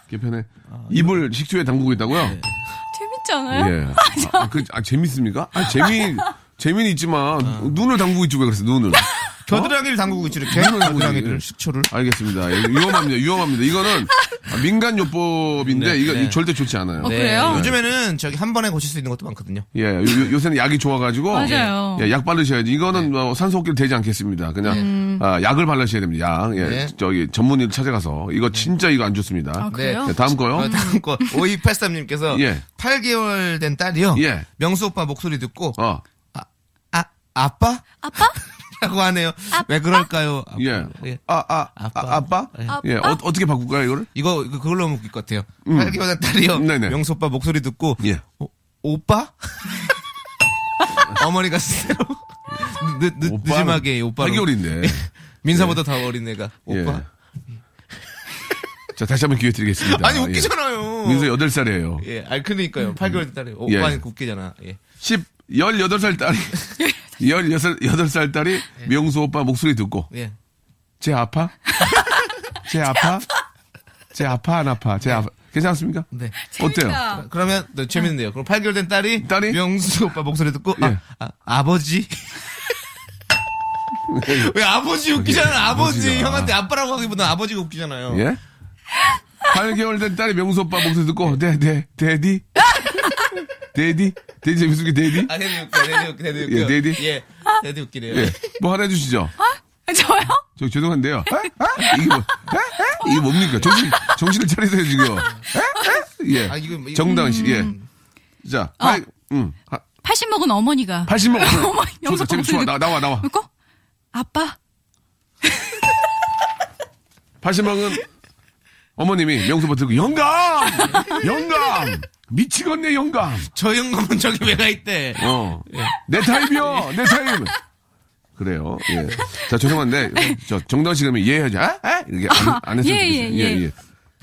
S3: 개편해. 입을 식초에 담그고 있다고요?
S5: 재밌지 않아요?
S3: 예. 아, 아, 그, 아, 재밌습니까? 아, 재미, 재미는 있지만, 눈을 담그고 있지, 왜 그랬어, 네. 눈을.
S6: 겨드랑이를 담그고 있지 이렇게 겨드랑이를 식초를
S3: 알겠습니다. 예, 위험합니다, 위험합니다. 이거는 아, 민간요법인데, 이거 이거 절대 좋지 않아요.
S6: 네.
S5: 어, 그래요?
S6: 예, 요즘에는 저기 한 번에 고칠 수 있는 것도 많거든요.
S3: 예, 요, 새는 약이 좋아가지고.
S5: 맞아요.
S3: 예, 약 바르셔야지. 이거는 뭐 산소호흡기 되지 않겠습니다. 그냥,
S5: 네.
S3: 아, 약을 바르셔야 됩니다. 약. 예,
S6: 네.
S3: 저기, 전문의를 찾아가서. 이거 진짜 이거 안 좋습니다.
S5: 아 그래요?
S3: 예, 다음 거요.
S6: 어, 다음 거 5283님께서
S3: 예.
S6: 8개월 된 딸이요.
S3: 예.
S6: 명수 오빠 목소리 듣고
S3: 어,
S6: 아, 아 아빠?
S5: 아빠?
S6: 라고 하네요. 왜 그럴까요? 아빠.
S3: 예.
S6: 예.
S3: 아, 아, 아,
S6: 아빠. 네.
S3: 아빠? 예, 어, 떻게 바꿀까요, 이거를?
S6: 이거 이거 그걸로 하면 웃길 것 같아요. 8개월 된 딸이요.
S3: 음. 네네.
S6: 명수 오빠 목소리 듣고
S3: 예.
S6: 어, 오빠? 어머니가 스스로 늦, 늦, 늦음하게 오빠로 예.
S3: 8개월인데.
S6: 민사보다
S3: 예.
S6: 더 어린 애가 오빠
S3: 자, 다시 한번 기회 드리겠습니다.
S6: 아니 웃기잖아요
S3: 예. 민서 8살이에요.
S6: 예, 아 그러니까요. 8개월 된 딸이
S3: 예.
S6: 오빠니까 웃기잖아. 예.
S3: 10, 18살 딸이 16, 8살 딸이 명수 오빠 목소리 듣고
S4: 예.
S3: 제 아파? 제 아파? 제 아파 안 아파?
S6: 네.
S3: 제 아파? 괜찮습니까?
S4: 네.
S3: 어때요?
S5: 그러니까.
S6: 그러면 네, 재밌는데요. 그럼 8개월 된 딸이,
S3: 딸이?
S6: 명수 오빠 목소리 듣고
S3: 예.
S6: 아, 버지 왜 아버지 웃기잖아. 아버지
S3: 예. 아버지가.
S6: 형한테 아빠라고 하기보다 아버지가 웃기잖아요.
S3: 예? 8개월 된 딸이 명수 오빠 목소리 듣고 네, 네, 데디? 데디? 데디 재밌을 게 데디?
S6: 아 대디 웃겨. 대디 웃겨. 대디 웃겨.
S3: 예, 대디?
S6: 예. 대디 웃기네요.
S3: 예. 뭐 하나 해주시죠.
S5: 아, 저요?
S3: 저 죄송한데요. 에? 에? 이게 뭐, 에? 에? 이게 뭡니까? 정신, 정신을 차리세요, 지금. 에? 에? 예.
S6: 아, 이거- 음. 이거-
S3: 정당 씨, 예. 자, 팔, 음, 하-
S5: 80 먹은 어머니가.
S3: 80만
S5: 어. 어머,
S3: 원.
S5: 영상
S3: 재밌, 좋아.
S5: 검색해.
S3: 나, 나와, 나와.
S5: 그리고 어? 아빠
S3: 80만은 어머님이 명수부터 들고 영감! 영감! 미치겠네, 영감!
S6: 저 영감은 저기 왜 가 있대.
S3: 어. 내 타입이요! 내 타입! 그래요. 예. 자, 죄송한데, 저, 정당 씨 그러면 이해하지. 아? 아? 이렇게 안, 안 했으면
S5: 예,
S3: 좋겠어요.
S5: 예, 예.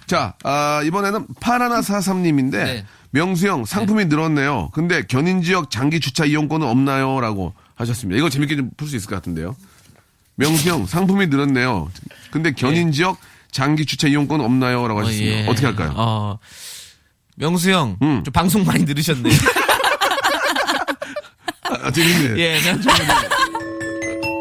S3: 자, 아, 이번에는 파라나사삼님인데,
S6: 네.
S3: 명수형 상품이 늘었네요. 근데 견인 지역 장기 주차 이용권은 없나요? 라고 하셨습니다. 이거 재밌게 좀 풀 수 있을 것 같은데요. 명수형 상품이 늘었네요. 근데 견인 지역 장기 주차 이용권 없나요? 라고 하셨습니다.
S6: 예.
S3: 어떻게 할까요?
S6: 어, 명수 형,
S3: 음.
S6: 좀 방송 많이 들으셨네요.
S3: 아, 재밌네.
S6: 예, 난 좀,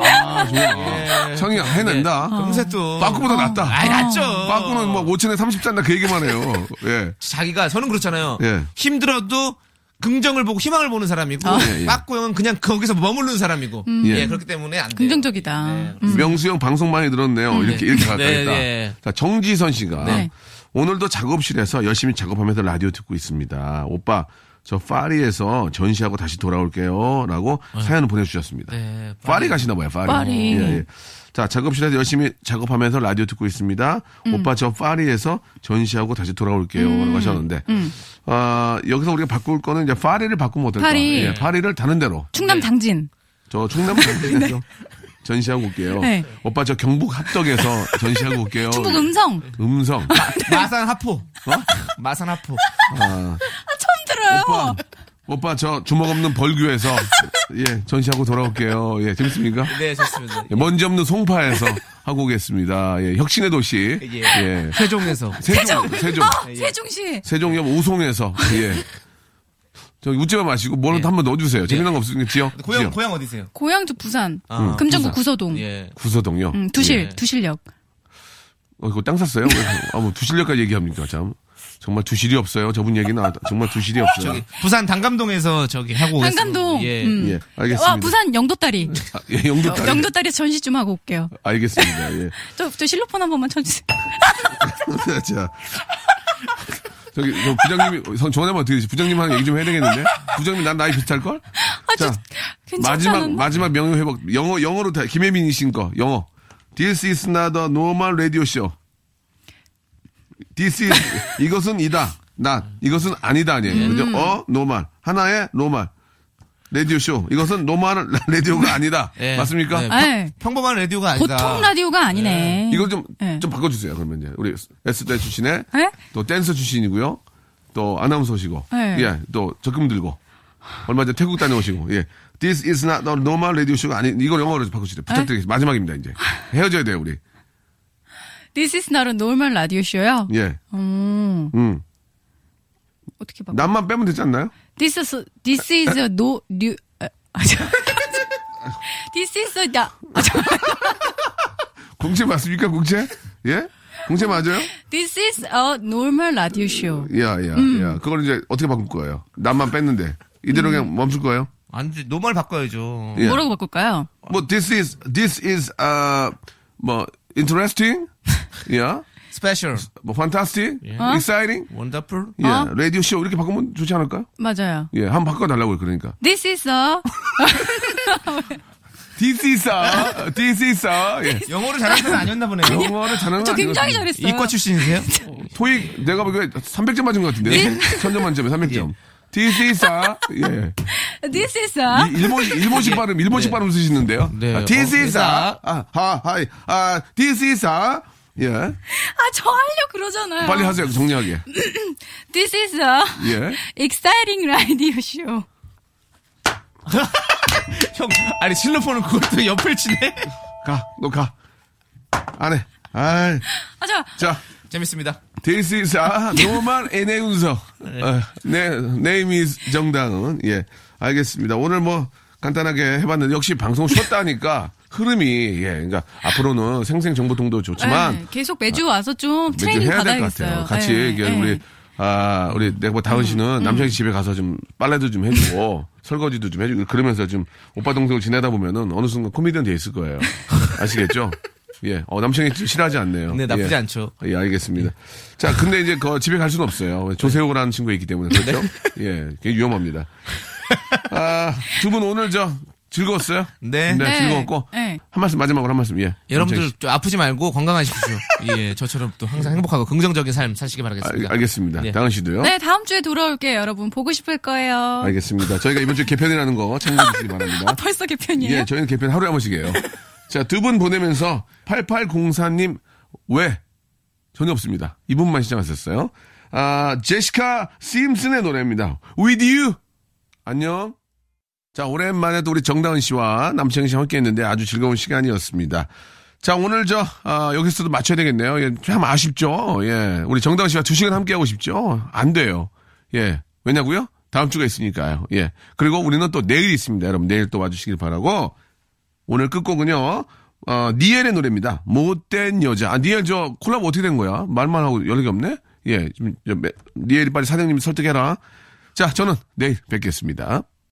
S3: 아, 좋아. 창이 해낸다.
S6: 금세 또.
S3: 빠꾸보다 낫다.
S6: 아이, 낫죠.
S3: 빠꾸는 뭐 5천에 30잔다 그 얘기만 해요. 예.
S6: 자기가, 저는 그렇잖아요.
S3: 예.
S6: 힘들어도 긍정을 보고 희망을 보는 사람이고,
S3: 예, 예.
S6: 빠꾸 형은 그냥 거기서 머무르는 사람이고, 예.
S3: 예.
S6: 그렇기 때문에 안 돼요.
S5: 음. 긍정적이다. 음.
S3: 명수형 방송 많이 들었네요. 이렇게 이렇게 가까이
S6: 네,
S3: 있다.
S6: 네.
S3: 자, 정지선 씨가
S5: 네.
S3: 오늘도 작업실에서 열심히 작업하면서 라디오 듣고 있습니다. 오빠 저 파리에서 전시하고 다시 돌아올게요라고 사연을 보내주셨습니다.
S4: 네,
S3: 파리 가시나 봐요. 파리.
S5: 파리.
S3: 예, 예. 자 작업실에서 열심히 작업하면서 라디오 듣고 있습니다.
S5: 음.
S3: 오빠 저 파리에서 전시하고 다시 돌아올게요라고 하셨는데
S5: 음.
S3: 아, 여기서 우리가 바꿀 거는 이제 파리를 바꾸면 어떨까?
S5: 파리.
S3: 예, 파리를 다른 데로.
S5: 충남 당진.
S3: 저 충남 전시에서 전시하고 올게요.
S5: 네.
S3: 오빠 저 경북 합덕에서 전시하고 올게요.
S5: 충북 음성.
S3: 음성.
S6: 마산 하포.
S3: 어?
S6: 마산 하포.
S5: 처음 들어요.
S3: 오빠, 오빠 저 주먹 없는 벌교에서 예 전시하고 돌아올게요. 예 재밌습니까?
S6: 네, 좋습니다.
S3: 예, 먼지 없는 송파에서 하고 오겠습니다. 예, 혁신의 도시.
S6: 예.
S3: 예.
S4: 세종에서
S3: 세종, 세종,
S5: 어, 세종시.
S3: 세종역 오송에서 예. 저 웃지마 마시고 뭐라도 한 번 넣어주세요. 재미난 거 없으니까 지역,
S6: 네. 고향,
S3: 지역.
S6: 고향 어디세요?
S5: 고향 저 부산.
S6: 아,
S5: 금정구
S6: 부산.
S5: 구서동.
S6: 예.
S3: 구서동요.
S5: 음, 두실
S3: 예.
S5: 두실역.
S3: 어, 그거 땅 샀어요? 왜, 아, 뭐 두실력까지 얘기합니까? 참. 정말 두실이 없어요. 저분 얘기는 아, 정말 두실이 없어요.
S6: 저기, 부산 단감동에서 저기 하고 오겠습니다.
S5: 한감동.
S6: 예.
S5: 음.
S3: 예, 알겠습니다.
S5: 와 부산 영도다리.
S3: 아, 예, 영도 딸.
S5: 영도 다리 전시 좀 하고 올게요.
S3: 알겠습니다. 예.
S5: 저, 저 실로폰 한 번만 쳐주세요.
S3: 자. 저기, 저 부장님이, 어, 성- 전화 한번 드리지. 부장님하고 얘기 좀 해야 되겠는데? 부장님 난 나이 비슷할걸?
S5: 아,
S3: 자, 마지막,
S5: 괜찮다는.
S3: 마지막 명예 회복. 영어, 영어로 다, 김혜민 이신 거, 영어. This is not a normal radio show. This is, 이것은 이다. 나. 이것은 아니다. 아니에요.
S5: 음.
S3: 그죠? 어, 노말. 하나의 노말. 라디오 쇼. 이것은 노말 라디오가 아니다.
S6: 예.
S3: 맞습니까?
S6: 예.
S5: 예.
S6: 평범한 라디오가 아니다.
S5: 보통 라디오가 아니네.
S3: 이걸 좀,
S5: 네.
S3: 좀 바꿔주세요, 그러면 이제. 우리 S대 출신의,
S5: 네?
S3: 또 댄서 출신이고요. 또 아나운서시고,
S5: 네.
S3: 예, 또 적금 들고, 얼마 전에 태국 다녀오시고, 예. This is not a normal radio show가 아니, 이걸 영어로 좀 바꾸시죠. 부탁드리겠습니다. 마지막입니다, 이제. 헤어져야 돼요, 우리.
S5: This is not a normal 라디오 쇼요.
S3: 예.
S5: 음.
S3: 음.
S5: 어떻게 봐?
S3: 남만 빼면 되지 않나요?
S5: This is this is a no new. 아, 아, 저- This is a 나- 아, 저-
S3: 공채 맞습니까, 공채? 예? 공채 맞아요?
S5: This is a normal 라디오 쇼.
S3: 야, 야, 야. 그걸 이제 어떻게 바꿀 거예요? 남만 뺐는데. 이대로 그냥 멈출 거예요?
S6: 안 돼. 노말 바꿔야죠.
S3: 예.
S5: 뭐라고 바꿀까요?
S3: 뭐, this is, this is, 아, 뭐, interesting? 예.
S6: 스페셜.
S3: 뭐 fantastic,
S4: 예.
S3: exciting,
S6: 원더풀.
S3: 예,
S5: 어?
S3: 라디오 쇼 이렇게 바꾸면 좋지 않을까요?
S5: 맞아요.
S3: 예, 한번 바꿔달라고요. 그러니까
S5: This is a
S3: this is a, this is a, 예.
S6: 영어를 잘하는 사람 아니었나 보네요.
S3: 영어를 잘하는
S5: 저
S3: 건
S5: 굉장히
S3: 아니거든요.
S5: 잘했어요.
S6: 이과 출신이세요?
S3: 토익 내가 보기에 300점 맞은 것
S5: 네.
S3: 같은데 천점 만점에 300점.
S4: 예.
S3: this is a, 예.
S5: This is a
S3: 이- 일본
S5: 예.
S3: 일본식 발음 일본식 발음 쓰시는데요.
S4: 네.
S3: 아, this
S4: 어,
S3: is a, 아, 하, 하이, 아, this is a, 예.
S5: 아저 하려 그러잖아요.
S3: 빨리 하세요. 정리하게.
S5: This is a
S3: 예.
S5: exciting 라디오 쇼.
S6: 형, 아니 실로폰은 그것도 옆을 치네.
S3: 가, 너 가. 안 해. 아이.
S5: 아, 자,
S3: 자,
S6: 재밌습니다.
S3: this is a normal announcer. 어, 네, name is 정당은. 예. 알겠습니다. 오늘 뭐 간단하게 해봤는데 역시 방송 쉬었다니까 흐름이, 예. 그러니까 앞으로는 생생정보통도 좋지만
S5: 네, 계속 매주 와서 좀
S3: 매주
S5: 트레이닝
S3: 해야 될 것
S5: 받아야겠어요. 음,
S3: 같아요. 같이
S5: 네,
S3: 이게
S5: 네.
S3: 우리 아 우리 내가 뭐 다은 씨는 남편이 집에 가서 좀 빨래도 좀 해주고 설거지도 좀 해주고 그러면서 좀 오빠 동생을 지내다 보면은 어느 순간 코미디언 돼 있을 거예요. 아시겠죠? 예, 어, 남편이 싫어하지 않네요.
S6: 네, 나쁘지
S3: 예.
S6: 않죠.
S3: 예, 알겠습니다. 자, 근데 이제 그 집에 갈 수는 없어요. 조세호라는 친구가 있기 때문에 그렇죠? 예, 굉장히 위험합니다. 아, 두 분 오늘 저 즐거웠어요?
S6: 네.
S5: 네.
S3: 즐거웠고
S5: 네.
S3: 한 말씀 마지막으로 한 말씀 예.
S4: 여러분들 좀 아프지 말고 건강하십시오. 음, 예, 저처럼 또 항상 행복하고 긍정적인 삶 사시기 바라겠습니다.
S3: 아, 알, 알겠습니다.
S4: 예.
S3: 다은 씨도요.
S5: 네, 다음 주에 돌아올게요, 여러분. 보고 싶을 거예요. 아,
S3: 알겠습니다. 저희가 이번 주에 개편이라는 거 참고해 주시기 바랍니다.
S5: 벌써 개편이에요?
S3: 예, 저희는 개편 하루에 한 번씩이에요. 자, 두 분 보내면서 8804님, 왜? 전혀 없습니다. 이분만 시청하셨어요. 아, 제시카 심슨의 노래입니다. With you! 안녕. 자, 오랜만에 또 우리 정다은 씨와 남창희 씨와 함께 했는데 아주 즐거운 시간이었습니다. 자, 오늘 저, 아, 여기서도 맞춰야 되겠네요. 예, 참 아쉽죠? 예. 우리 정다은 씨와 두 시간 함께 하고 싶죠? 안 돼요. 예. 왜냐고요? 다음 주가 있으니까요. 예. 그리고 우리는 또 내일 있습니다. 여러분, 내일 또 와주시길 바라고. 오늘 끝곡은요, 어, 니엘의 노래입니다. 못된 여자. 아, 니엘 저 콜라보 어떻게 된 거야? 말만 하고 연락이 없네? 예. 좀, 좀, 니엘이 빨리 사장님 설득해라. 자, 저는 내일 뵙겠습니다.